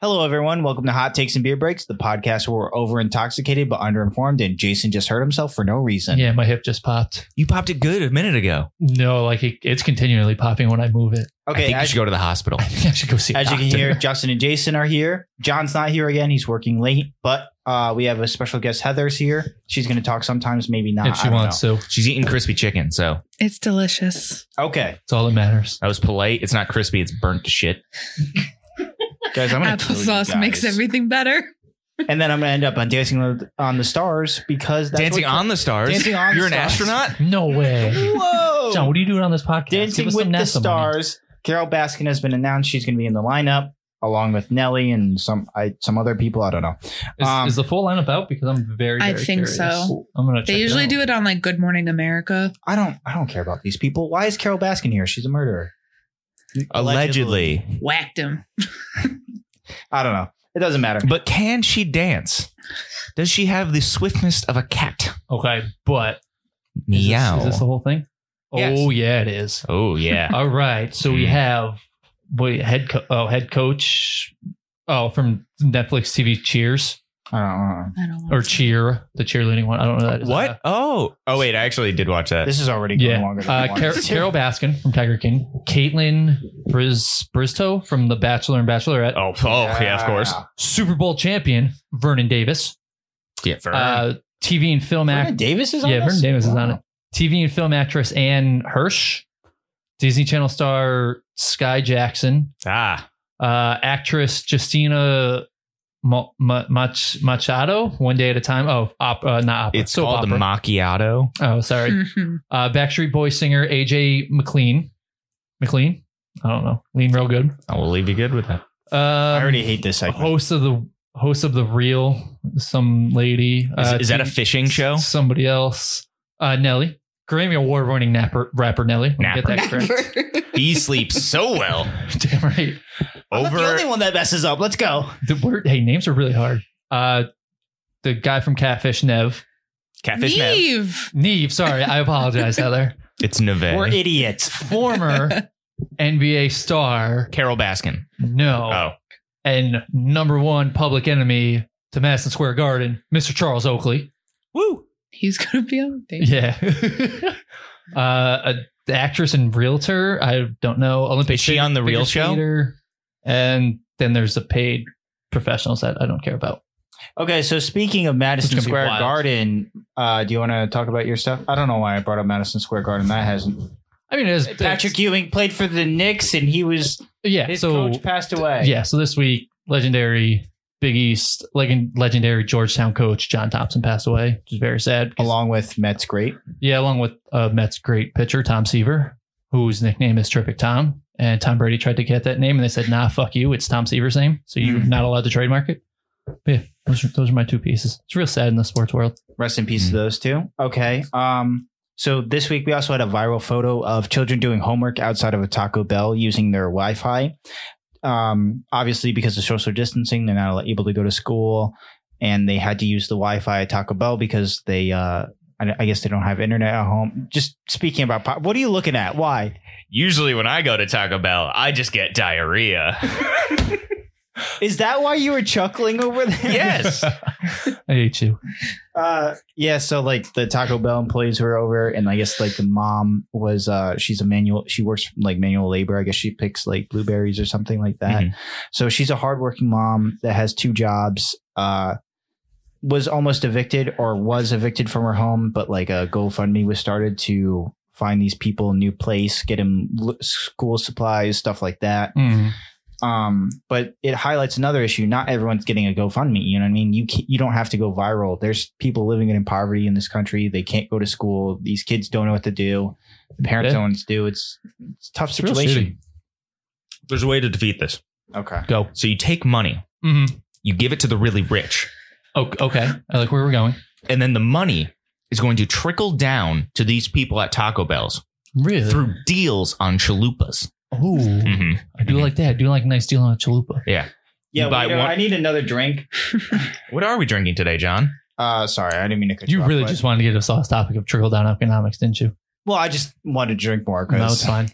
Hello, everyone. Welcome to Hot Takes and Beer Breaks, the podcast where we're over intoxicated but underinformed, and Jason just hurt himself for no reason. Yeah, my hip just popped. You popped it good a minute ago. No, like it, it's continually popping when I move it. I Okay, think you as, should go to the hospital. I think I should go see. a as you can doctor. hear, Justin and Jason are here. John's not here again. He's working late, but uh, we have a special guest, Heather's here. She's going to talk sometimes, maybe not. if I she don't wants know. to, She's eating crispy chicken, so It's delicious. Okay, it's all that matters. I was polite. It's not crispy; it's burnt to shit. guys, I'm going to Applesauce makes everything better. And then I'm going to end up on Dancing with- on the Stars because that's Dancing what- on the stars. Dancing on the You're an Stars. astronaut. No way, Whoa, John. What are you doing on this podcast? Dancing Give us some with the NASA money. Stars. Carol Baskin has been announced. She's going to be in the lineup along with Nelly and some I, some other people. I don't know. Is, Um, is the full lineup out? Because I'm very. I very think curious. so. I'm gonna. They usually do it on like Good Morning America. I don't I don't care about these people. Why is Carol Baskin here? She's a murderer. Allegedly. Whacked him. I don't know. It doesn't matter. but can she dance? Does she have the swiftness of a cat? Okay, but is this- Meow. Is this the whole thing? Yes. Oh yeah, it is. oh yeah. All right, so we Hmm. Mm. have wait head co- oh head coach oh from Netflix TV Cheers I don't know. I don't want or to- Cheer the cheerleading one. I don't know that. is. what? Oh. Oh wait, I actually did watch that. This is already going Yeah, longer than I uh, wanted Car- it to. Carol Baskin from Tiger King, Caitlin Briz- Bristow from The Bachelor and Bachelorette, Oh, oh yeah, of course. Yeah. Super Bowl champion Vernon Davis, Yeah, for uh, TV and film Vernon act, Davis is on yeah, this? Vernon Davis is on Wow. it. TV and film actress Anne Hirsch, Disney Channel star Sky Jackson, ah, uh, actress Justina Mo- Ma- Mach- Machado, One Day at a Time. Oh, op- uh, not opera. it's soap called the opera. macchiato. oh, sorry. Mhm. Uh, Backstreet Boy singer AJ McLean. McLean? I don't know. Lean real good. I will leave you good with that. Um, I already hate this segment. host of the host of the real some lady. Is, uh, is that a team- fishing show? Somebody else. Uh, Nelly. Grammy Award winning napper, rapper Nelly. Let me Napper. Get that correct. he sleeps so well. Damn right. I'm not the Over only one that messes up. Let's go. The word, hey, names are really hard. Uh, the guy from Catfish, Nev. catfish now. Neve. Neve, sorry, I apologize, Heather. It's Neve. We're idiots. Former NBA star, Carol Baskin. no, Oh, and number one public enemy to Madison Square Garden, Mr. Charles Oakley. woo! He's gonna be on the thing. Yeah. uh, a, the actress and realtor. I don't know. Olympic. Is she on the figure real show? skater. And then there's the paid professionals that I don't care about. Okay, so speaking of Madison gonna be Square wild. Garden, uh, do you want to talk about your stuff? I don't know why I brought up Madison Square Garden. That hasn't. I mean, it is Patrick Ewing played for the Knicks, and he was Yeah. his so coach passed away. yeah. So this week, legendary Big East, legend, legendary Georgetown coach John Thompson passed away, which is very sad. because- along with Mets great. Yeah, along with uh, Mets great pitcher Tom Seaver, whose nickname is Terrific Tom. And Tom Brady tried to get that name, and they said, "Nah, fuck you. It's Tom Seaver's name, so you're Mhm. not allowed to trademark it." But yeah, those are, those are my two pieces. It's real sad in the sports world. Rest in peace Mm-hmm. to those two. Okay. Um. So this week we also had a viral photo of children doing homework outside of a Taco Bell using their Wi-Fi. Um. Obviously, because of social distancing, they're not able to go to school, and they had to use the Wi-Fi at Taco Bell because they. Uh, I I guess they don't have internet at home. Just speaking about, po- what are you looking at? Why? Usually when I go to Taco Bell, I just get diarrhea. Is that why you were chuckling over there? yes. I hate you. Uh, yeah. So like the Taco Bell employees were over, and I guess like the mom was uh she's a manual she works like manual labor. I guess she picks like blueberries or something like that. Mhm. So she's a hardworking mom that has two jobs. Uh, was almost evicted or was evicted from her home, but like a GoFundMe was started to find these people a new place, get them l- school supplies, stuff like that. Mm. Um, but it highlights another issue. Not everyone's getting a GoFundMe. You know what I mean? You can you don't have to go viral. There's people living in poverty in this country. They can't go to school. These kids don't know what to do. The parents Yeah. don't know what to do. It's, it's a tough real situation. There's a way to defeat this. Okay. Go. So you take money, hmm you give it to the really rich, Oh, okay. I like where we're going. and then the money is going to trickle down to these people at Taco Bell's Really? through deals on chalupas. Ooh, Mhm. I do like that. I do like nice deal on a chalupa. You Yeah, buy waiter, one- I need another drink. What are we drinking today, John? Uh, sorry, I didn't mean to. Cut You off, really but- just wanted to get us off topic of trickle down economics, didn't you? Well, I just wanted to drink more. No, Cause, it's fine.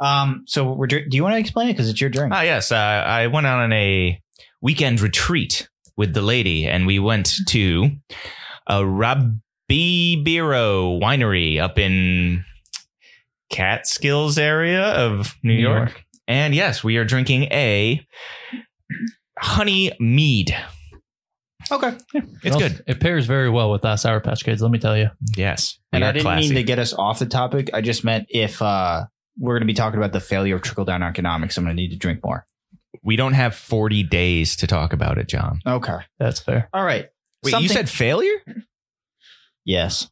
um, so we're. dr- Do you want to explain it? Because it's your drink. Ah, yes. Uh, I went on a weekend retreat with the lady, and we went Mm-hmm. to a Rabibiro winery up in Catskills area of New, New York. York. And yes, we are drinking a honey mead. Okay. It's Well, good. It pairs very well with uh, Sour Patch Kids. Let me tell you. Yes. we And I are didn't classy. mean to get us off the topic. I just meant if uh, we're going to be talking about the failure of trickle down economics, I'm going to need to drink more. we don't have 40 days to talk about it, John. Okay. That's fair. All right. Wait, you Something- said failure? yes.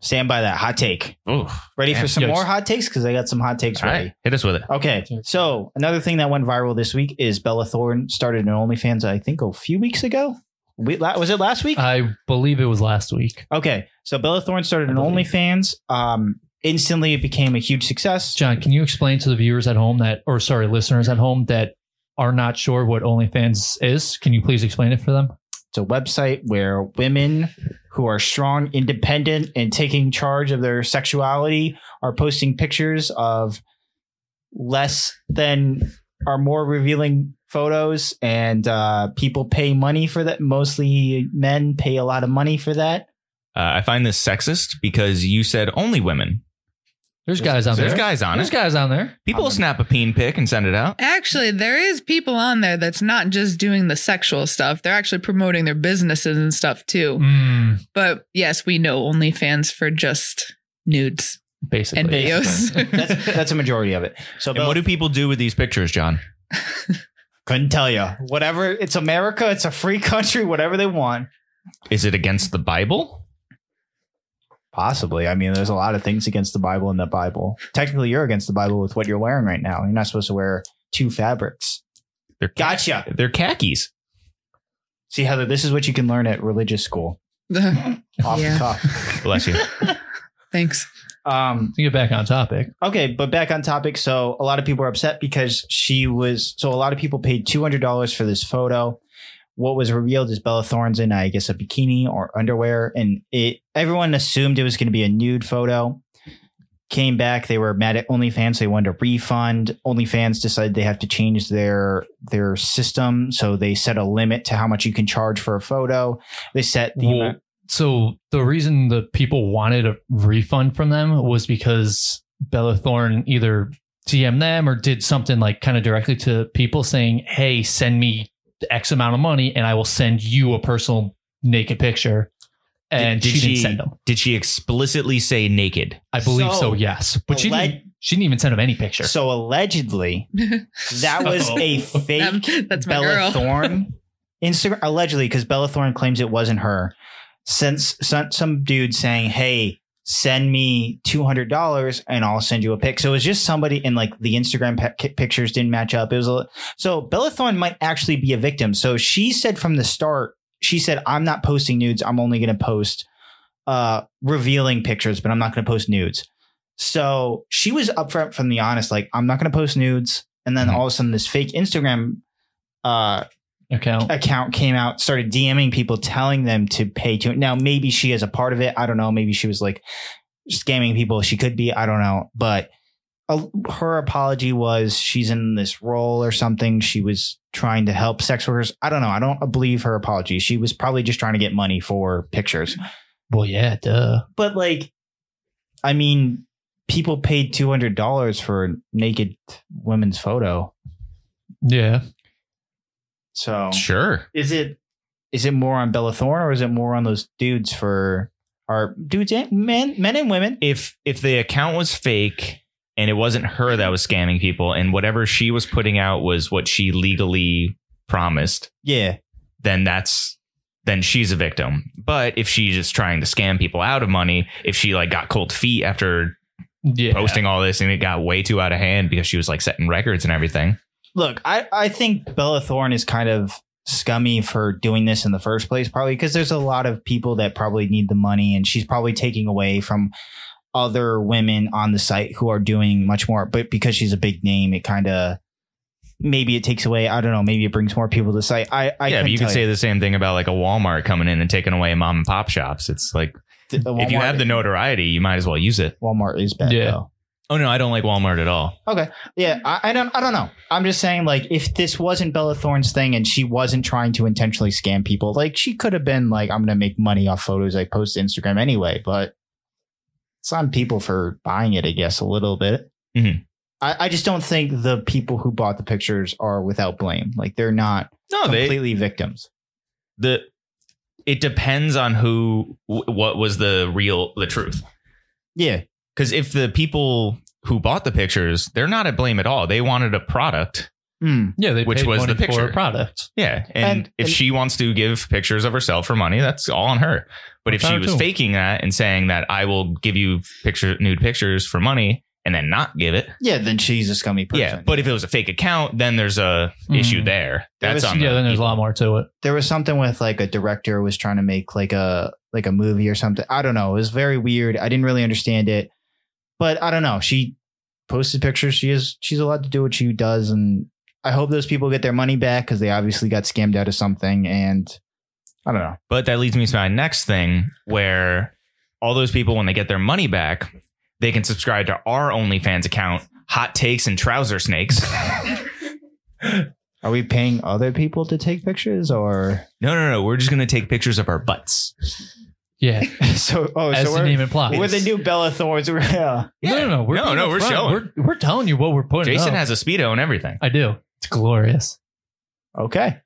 Stand by that hot take. Oh, Ready Yeah. for some Yes. more hot takes? Because I got some hot takes all ready. right. Hit us with it. Okay. So another thing that went viral this week is Bella Thorne started an OnlyFans, I think, a few weeks ago. We, la- was it last week? I believe it was last week. okay. So Bella Thorne started I an believe. OnlyFans. Um, instantly, it became a huge success. John, can you explain to the viewers at home that, or sorry, listeners at home that are not sure what OnlyFans is? Can you please explain it for them? It's a website where women who are strong, independent, and taking charge of their sexuality are posting pictures of less than or more revealing photos, and uh, people pay money for that. Mostly men pay a lot of money for that. Uh, I find this sexist because you said only women. There's guys on There's there. guys on There's it. guys on there. People will snap a peen pic and send it out. Actually, there is people on there that's not just doing the sexual stuff. They're actually promoting their businesses and stuff too. Mm, But yes, we know OnlyFans for just nudes basically. and videos. That's that's a majority of it. So And Bella, what do people do with these pictures, John? couldn't tell you. Whatever. It's America. It's a free country. Whatever they want. Is it against the Bible? Possibly. I mean, there's a lot of things against the Bible in the Bible. Technically, you're against the Bible with what you're wearing right now. You're not supposed to wear two fabrics. They're Gotcha. They're khakis. See, Heather, this is what you can learn at religious school. Off Yeah. the cuff. Bless you. Thanks. Um, To get back on topic, okay, but back on topic. So a lot of people are upset because she was. So a lot of people paid two hundred dollars for this photo. What was revealed is Bella Thorne's in, I guess, a bikini or underwear, and it. Everyone assumed it was going to be a nude photo. Came back, they were mad at OnlyFans. They wanted a refund. OnlyFans decided they have to change their their system, so they set a limit to how much you can charge for a photo. They set the Well, amount- so the reason the people wanted a refund from them was because Bella Thorne either DM them or did something like kind of directly to people saying, "Hey, send me X amount of money, and I will send you a personal naked picture." And Did- did she, she- didn't send them. Did she explicitly say naked? I believe so. So- yes, but she Alleg- didn't, she didn't even send him any picture. So allegedly, that was a fake Um, that's my Bella girl. Thorne Instagram allegedly because Bella Thorne claims it wasn't her. Since some, some dude saying, "Hey, send me two hundred dollars and I'll send you a pic." So it was just somebody, and like the Instagram pe- pictures didn't match up. It was a, so Bella Thorne might actually be a victim. So she said from the start, she said, "I'm not posting nudes. I'm only going to post uh, revealing pictures, but I'm not going to post nudes." So she was upfront from the honest, like, "I'm not going to post nudes." And then Mhm. all of a sudden, this fake Instagram uh, account. account came out, started DMing people, telling them to pay to. Now, maybe she is a part of it. I don't know. Maybe she was like scamming people. She could be. I don't know. But uh, her apology was she's in this role or something. She was trying to help sex workers. I don't know. I don't believe her apology. She was probably just trying to get money for pictures. Well, yeah, duh. But like, I mean, people paid two hundred dollars for a naked women's photo. Yeah. Oh. So Sure. is it is it more on Bella Thorne or is it more on those dudes for our dudes and men men and women? if if the account was fake and it wasn't her that was scamming people and whatever she was putting out was what she legally promised Yeah, then that's then she's a victim but if she's just trying to scam people out of money if she like got cold feet after Yeah. posting all this and it got way too out of hand because she was like setting records and everything look, I I think Bella Thorne is kind of scummy for doing this in the first place, probably because there's a lot of people that probably need the money, and she's probably taking away from other women on the site who are doing much more. But because she's a big name, it kind of maybe it takes away. I don't know. Maybe it brings more people to the site. I I yeah but couldn't you could tell say the same thing about like a walmart coming in and taking away mom and pop shops it's like if you Walmart- have the notoriety you might as well use it Walmart is bad Yeah. though. Oh no, I don't like Walmart at all. Yeah, I, I don't. I don't know. I'm just saying, like, if this wasn't Bella Thorne's thing and she wasn't trying to intentionally scam people, like, she could have been like, "I'm going to make money off photos I post to Instagram anyway." But it's on people for buying it, I guess, a little bit. Mhm. I, I just don't think the people who bought the pictures are without blame. Like, they're not No, they completely victims. the it depends on who wh- what was the real the truth. Yeah, Because if the people who bought the pictures, they're not at blame at all. They wanted a product. Hmm. Yeah, they Which paid was the money for picture. a product. Yeah, and, And- if and- she wants to give pictures of herself for money, that's all on her. But if That's she on her was too. faking that and saying that I will give you picture nude pictures for money and then not give it, yeah. Then she's a scummy person. yeah. But if it was a fake account, then there's a issue Mhm. there. There That's was- on yeah, the then there's a people. lot more to it. there was something with like a director was trying to make like a like a movie or something. I don't know. It was very weird. I didn't really understand it. But I don't know. She posted pictures. She is she's allowed to do what she does and I hope those people get their money back cuz they obviously got scammed out of something and I don't know. But that leads me to my next thing where all those people, when they get their money back, they can subscribe to our OnlyFans account, Hot Takes and Trouser Snakes. Are we paying other people to take pictures or no, no, no. We're just going to take pictures of our butts. Yeah, so oh as so the we're, name implies. we're the new Bella Thorns. We're- yeah. No, no, no. We're No, being no, upfront. we're showing. We're, we're telling you what we're putting. Jason up. has a Speedo and everything. I do. It's glorious. Okay.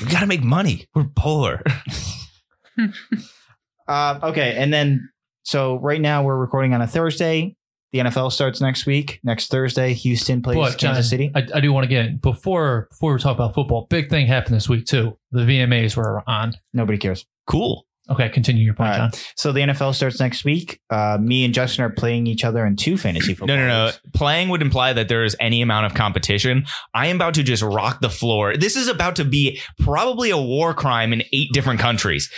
We got to make money. We're poor. Uh, okay, and then so right now we're recording on a Thursday. The NFL starts next week. Next Thursday, Houston plays But, John, Kansas City. I, I do want to get in. before before we talk about football. Big thing happened this week too. The VMAs were on. Nobody cares. Cool. Okay, continue your point, All John. right. So the NFL starts next week. Uh, me and Justin are playing each other in two fantasy football. No, no, no. leagues. Playing would imply that there is any amount of competition. I am about to just rock the floor. This is about to be probably a war crime in eight different countries.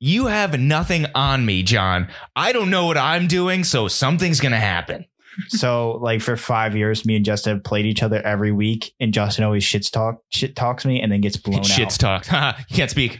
You have nothing on me, John. I don't know what I'm doing, so something's going to happen. so like for five years, me and Justin have played each other every week, and Justin always shits talk shit talks me, and then gets blown Shit's out. talked. you can't speak.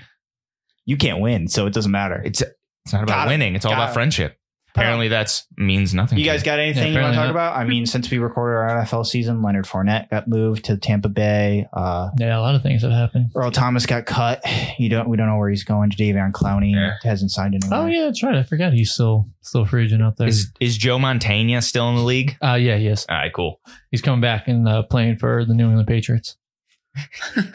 you can't win, so it doesn't matter. It's it's not about Got it. winning. It's all Got about it. friendship. Apparently, that's means nothing. You to guys got anything you want apparently to talk not. about? I mean, since we recorded our NFL season, Leonard Fournette got moved to Tampa Bay. Uh, Yeah, a lot of things have happened. Earl Thomas got cut. You don't. We don't know where he's going. Jadavion Clowney Yeah. hasn't signed anywhere. Oh yeah, that's right. I forgot he's still still free agent out there. Is is Joe Montana still in the league? uh yeah, yes. All right, cool. He's coming back and uh, playing for the New England Patriots.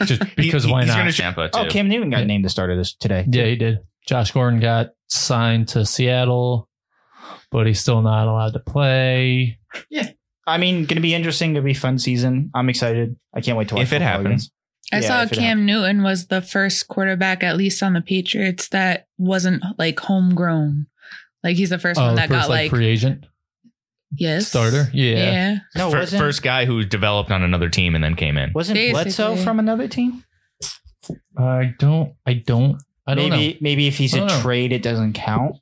Just because He- why he's not? Gonna Tampa too. Oh, Cam Newton got Yeah. named the starter this today. yeah, he did. Josh Gordon got signed to Seattle, but he's still not allowed to play. I mean, going to be interesting. Going to be fun season. I'm excited. I can't wait to watch. If it football happens. again. I Yeah, saw if it Cam Newton was the first quarterback, at least on the Patriots, that wasn't like homegrown. Like he's the first Oh, one the that first, got like, free agent yes starter. Yeah. Yeah. No, Fir- wasn't first guy who developed on another team and then came in. wasn't Bledsoe Basically. from another team? I don't. I don't. I don't maybe maybe if he's I a don't know. trade, it doesn't count.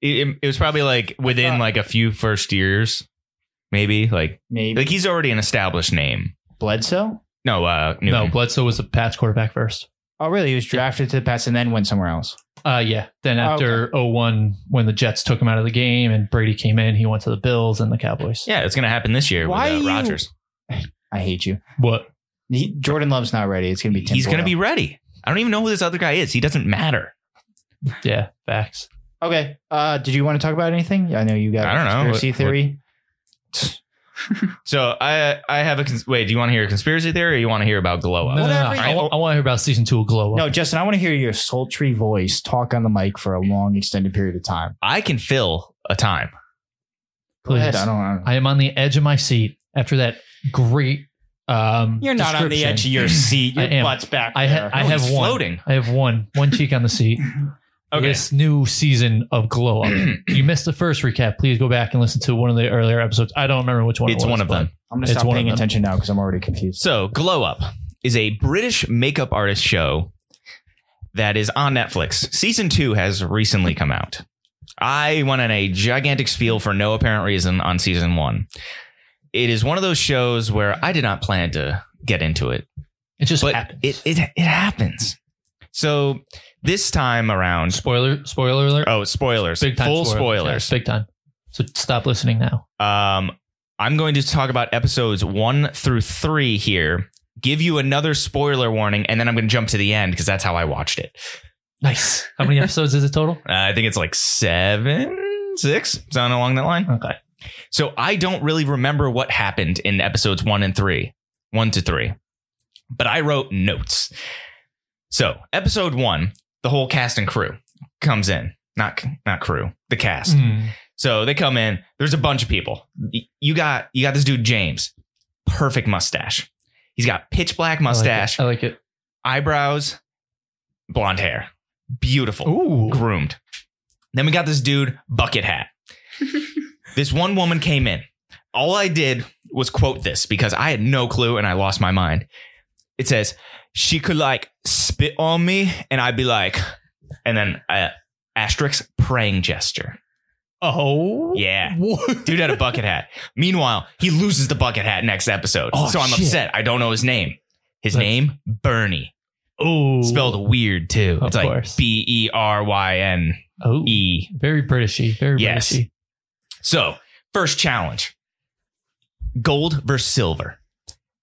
it, it was probably like within thought- like a few first years, maybe like Maybe like he's already an established name. Bledsoe. No, uh, know. No, Newton. Bledsoe was a patch quarterback first. Oh, really? He was drafted to the Pats and then went somewhere else. Uh, yeah. Then Oh, after oh one, when the Jets took him out of the game and Brady came in, he went to the Bills and the Cowboys. yeah, it's gonna happen this year Why with you- uh, Rogers. I hate you. What? He, Jordan Love's not ready. It's going to be. Tim He's gonna Boyle. be ready. I don't even know who this other guy is. He doesn't matter. Yeah, facts. Okay. Uh, did you want to talk about anything? I know you got. I don't know. Conspiracy What- theory. So I I have a cons- wait. Do you want to hear a conspiracy theory, or you want to hear about glow No, no, up? no. Whatever. Oh, I, oh, want to hear about season two of Glow Up. No, Justin, I want to hear your sultry voice talk on the mic for a long, extended period of time. I can fill a time. Go ahead. Please. I don't. I don't I am on the edge of my seat after that great. Um, You're not on the description. edge of your seat. I Your am. butt's back I, ha- there. I No, have he's one. floating. I have one. One cheek on the seat. Okay. This new season of Glow Up. you missed the first recap. Please go back and listen to one of the earlier episodes. I don't remember which one. it It's was, one of but- them. I'm gonna It's stop one of paying them. attention now because I'm already confused. So, Glow Up is a British makeup artist show that is on Netflix. Season two has recently come out. I went on a gigantic spiel for no apparent reason on season one. It is one of those shows where I did not plan to get into it, It just but happened. it, it it happens. So this time around, spoiler. Spoiler alert. oh spoilers, big time full spoiler. spoilers. Yeah, big time. So stop listening now. Um, I'm going to talk about episodes one through three here, give you another spoiler warning, and then I'm going to jump to the end because that's how I watched it. Nice. How many episodes is it total? Uh, I think it's like seven, six, something along that line. Okay. So I don't really remember what happened in episodes one and three, one to three, but I wrote notes. So episode one, the whole cast and crew comes in. Not not crew, the cast. Hmm. So they come in. There's a bunch of people. Y- You got you got this dude James, perfect mustache. He's got pitch black mustache, I like it. eyebrows, blonde hair, beautiful, Ooh. groomed. Then we got this dude bucket hat. this one woman came in. All I did was quote this because I had no clue and I lost my mind. It says she could like spit on me and I'd be like, and then uh, asterisk praying gesture. Oh. Yeah. What? Dude had a bucket hat. Meanwhile, he loses the bucket hat next episode. Oh, so I'm shit. upset. I don't know his name. His That's- name, Bernie. Oh. Spelled weird too. Of it's like course. B E R Y N Oh. E. Very Britishy. Very Yes. Britishy. So, first challenge gold versus silver.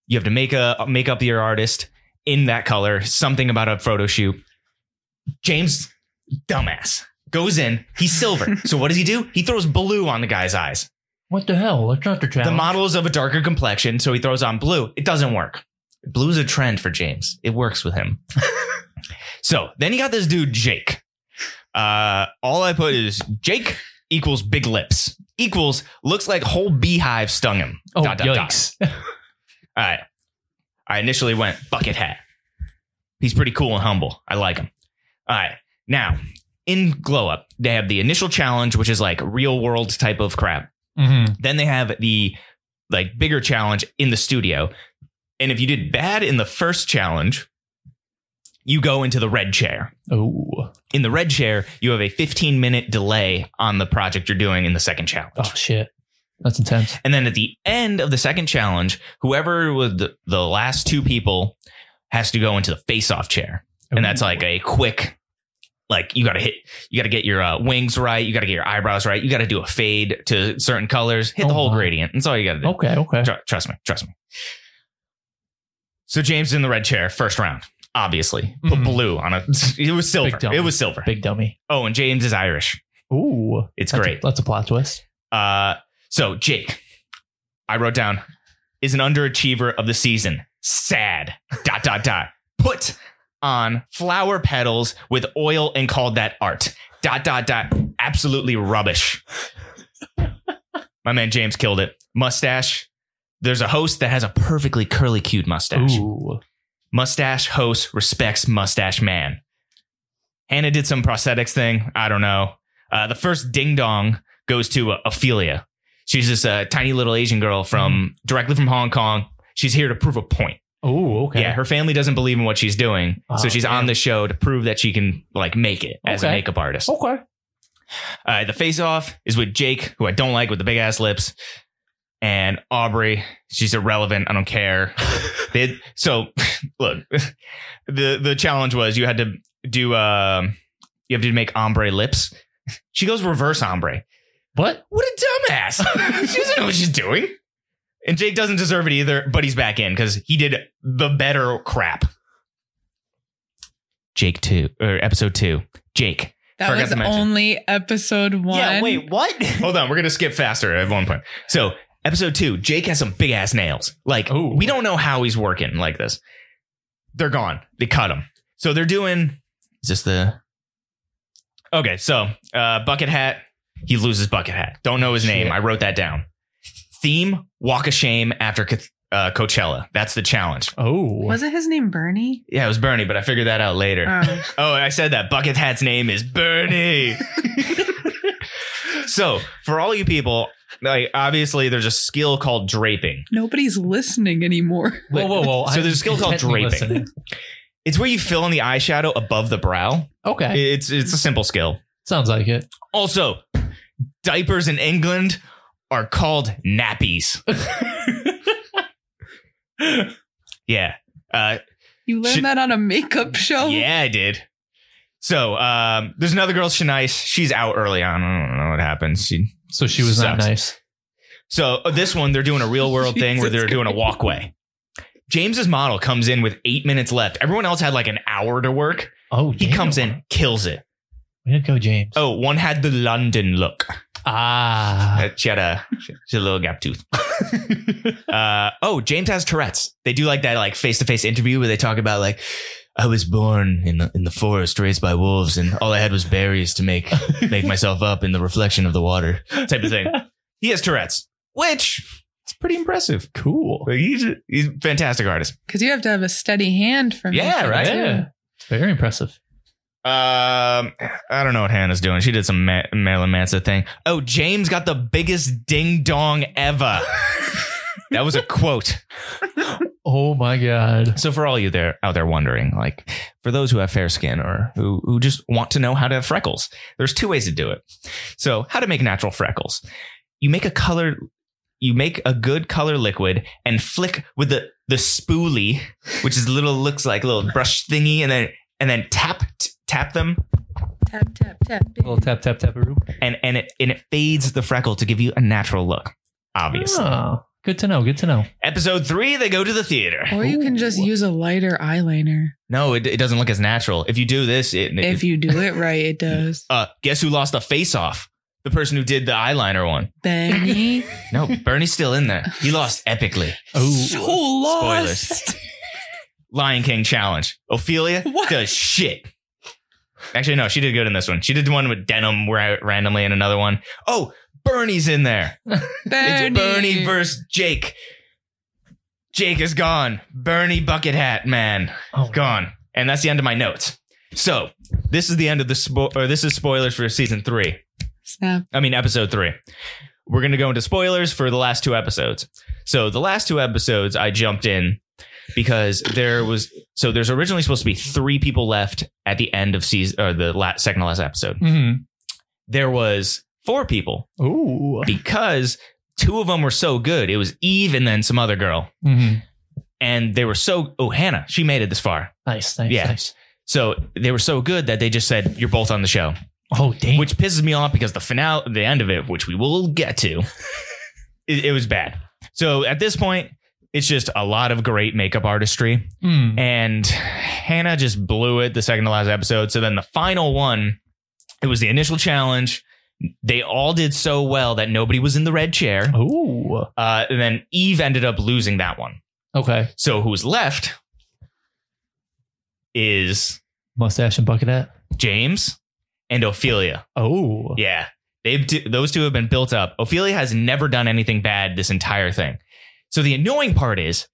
You have to make a make up your artist in that color, something about a photo shoot. James, dumbass, goes in. He's silver. so, what does he do? He throws blue on the guy's eyes. What the hell? That's not the challenge. The model is of a darker complexion, so he throws on blue. It doesn't work. Blue's a trend for James. It works with him. so then you got this dude, Jake. Uh, all I put is Jake equals big lips equals looks like whole beehive stung him. Oh, Dot, dot, dot. yikes. All right. I initially went bucket hat. He's pretty cool and humble. I like him. All right. Now, in Glow Up, they have the initial challenge, which is like real world type of crap. Mhm. Then they have the like bigger challenge in the studio. And if you did bad in the first challenge, you go into the red chair. Oh. In the red chair, you have a 15 minute delay on the project you're doing in the second challenge. Oh, shit. That's intense. And then at the end of the second challenge, whoever was the, the last two people has to go into the face off chair and that's like a quick like you gotta hit you gotta get your uh, wings right you gotta get your eyebrows right you gotta do a fade to certain colors hit the Oh, whole wow. gradient that's all you gotta do Okay. Okay. Tru- trust me trust me so james in the red chair first round obviously put Mhm. blue on a it was silver Big dummy. it was silver Big dummy. oh and james is irish Ooh. it's That's great A, that's a plot twist. uh, so jake i wrote down is an underachiever of the season sad dot dot dot put on flower petals with oil and called that art dot dot dot absolutely rubbish my man james killed it mustache there's a host that has a perfectly curly cued mustache Ooh. mustache host respects mustache man. Hannah did some prosthetics thing. I don't know. Uh, the first ding dong goes to uh, Ophelia. She's this uh, tiny little Asian girl Mm-hmm. from directly from Hong Kong. She's here to prove a point. Oh, okay. Yeah, her family doesn't believe in what she's doing, so Oh, she's on the show to prove that she can like make it as a Okay. makeup artist. Okay. Uh, the face off is with Jake, who I don't like with the big ass lips, and Aubrey. She's irrelevant. I don't care. they, so, look, the the challenge was you had to do um, you have to make ombre lips. She goes reverse ombre. What? What a dumbass! she doesn't know what she's doing. And Jake doesn't deserve it either, but he's back in because he did the better crap. Jake two or episode two. Jake, That Forgot was to mention. only episode one. Yeah, wait, what? Hold on, we're gonna skip faster at one point. So episode two, Jake has some big ass nails. Like Ooh. we don't know how he's working like this. They're gone. They cut him. So they're doing. Is this the? Okay, so uh, bucket hat. He loses bucket hat. Don't know his name. Shit. I wrote that down. Theme: Walk of Shame after Co- uh, Coachella. That's the challenge. Oh. Wasn't his name Bernie? Yeah, it was Bernie, but I figured that out later. Oh. Oh, I said that. Bucket Hat's name is Bernie. so, for all you people, like obviously there's a skill called draping. Nobody's listening anymore. whoa, whoa, whoa. So I'm there's a skill called intently draping. listening. It's where you fill in the eyeshadow above the brow. Okay. It's it's a simple skill. Sounds like it. Also, diapers in England are called nappies. yeah. Uh, You learned Should- that on a makeup show? Yeah, I did. So um, there's another girl, Shanice. She's out early on. I don't know what happened. She So she was not Sucks. nice. So uh, this one, they're doing a real world thing where Jesus they're doing a Christ. walkway. James's model comes in with eight minutes left. Everyone else had like an hour to work. Oh, He damn. comes in, kills it. Way to go, James. Oh, one had the London look. Ah. Uh, she had a she had a little gap tooth. uh, oh, James has Tourette's. They do like that like face to face interview where they talk about like I was born in the in the forest, raised by wolves, and all I had was berries to make make myself up in the reflection of the water type of thing. He has Tourette's, which it's pretty impressive. cool. Like, he's a, he's a fantastic artist. Because you have to have a steady hand for Yeah, making it, right? too. Yeah. It's very impressive. Um, I don't know what Hannah's doing. She did some Ma- Marilyn Manson thing. Oh, James got the biggest ding dong ever. that was a quote. Oh my God. So for all you there out there wondering, like for those who have fair skin or who who just want to know how to have freckles, there's two ways to do it. So how to make natural freckles? You make a color, you make a good color liquid and flick with the the spoolie, which is little looks like little brush thingy, and then and then tap t- tap them Tap, tap, tap. little tap, tap, tap. and and it and it fades the freckle to give you a natural look. Obviously, Oh, good to know. Good to know. episode three, they go to the theater. Or you can just Ooh. use a lighter eyeliner. No, it, it doesn't look as natural. If you do this, it, it If you do it right, it does. Uh, guess who lost the face off? The person who did the eyeliner one. Benny. No, Bernie's still in there. He lost epically. Oh, so lost. Lion King challenge. Ophelia What? does shit. Actually, no, she did good in this one. She did one with denim ra- randomly in another one. Oh, Bernie's in there. Bernie. It's Bernie versus Jake. Jake is gone. Bernie Bucket Hat Man oh, gone. And that's the end of my notes. So this is the end of the spo- or this is spoilers for season three. Snap. I mean, episode three. We're going to go into spoilers for the last two episodes. So, the last two episodes, I jumped in because there was so there's originally supposed to be three people left at the end of season or the la second to last episode. Mm-hmm. There was four people Ooh. because two of them were so good. It was Eve and then some other girl, Mm-hmm. and they were so. Oh, Hannah, she made it this far. Nice, nice, Yeah. nice. So they were so good that they just said, "You're both on the show," Oh, damn. which pisses me off because the finale, the end of it, which we will get to, it, it was bad. So at this point, it's just a lot of great makeup artistry, Mm. and Hannah just blew it the second to last episode. So then the final one, it was the initial challenge. They all did so well that nobody was in the red chair. Oh, Uh, and then Eve ended up losing that one. okay. So who's left is Mustache and bucket hat. James and Ophelia. Oh, Yeah. They've t- those two have been built up. Ophelia has never done anything bad this entire thing. So the annoying part is,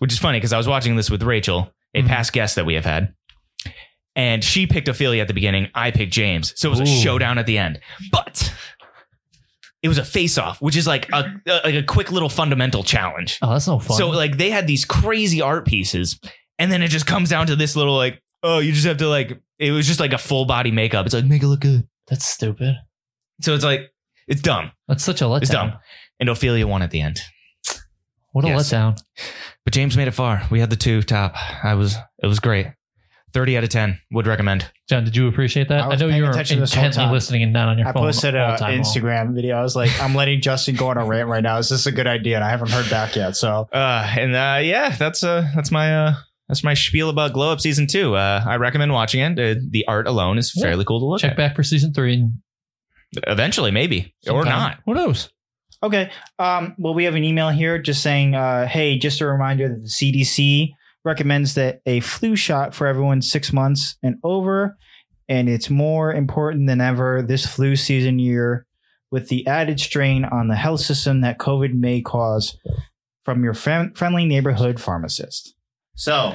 which is funny because I was watching this with Rachel, a Mhm. past guest that we have had, and she picked Ophelia at the beginning. I picked James, so it was a Ooh. showdown at the end. But it was a face-off, which is like a, a like a quick little fundamental challenge. Oh, that's no fun. So like they had these crazy art pieces, and then it just comes down to this little like, oh, you just have to like. It was just like a full body makeup. It's like make it look good. that's stupid. So it's like it's dumb. That's such a letdown. It's dumb. And Ophelia won at the end. What a Yes. letdown. But James made it far. We had the two top. I was it was great. 30 out of 10 would recommend. John, did you appreciate that? I I, was know paying you were attention this whole intently time. listening and not on your I phone. posted all an time long. Instagram video. I was like, I'm letting Justin go on a rant right now. Is this a good idea? And I haven't heard back yet. So Uh and uh yeah, that's uh that's my uh that's my spiel about Glow Up season 2. Uh I recommend watching it. Uh, the art alone is Yeah. fairly cool to look Check at. back for season three and Eventually maybe or sometime. not. Who knows? okay. Um, well, we have an email here just saying, uh, hey, just a reminder that the CDC recommends that a flu shot for everyone six months and over, and it's more important than ever this flu season year with the added strain on the health system that COVID may cause from your fam- friendly neighborhood pharmacist. So,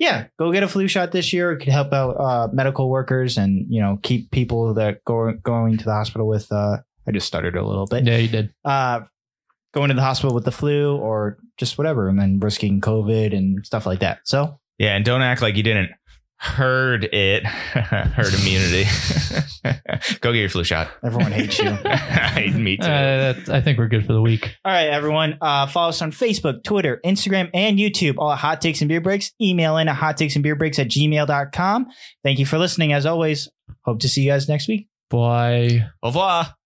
yeah, go get a flu shot this year. It could help out uh, medical workers and you know keep people that go going to the hospital with. Uh, I just stuttered a little bit. Yeah, you did. Uh, going to the hospital with the flu or just whatever, and then risking COVID and stuff like that. So Yeah, and don't act like you didn't heard it. heard immunity. Go get your flu shot. everyone hates you. Me too. Uh, that- I think we're good for the week. All right, everyone. Uh, follow us on Facebook, Twitter, Instagram, and YouTube, all at Hot Takes and Beer Breaks. Email in at hot takes and beer breaks at gmail.com. Thank you for listening. As always, hope to see you guys next week. Bye. Au revoir.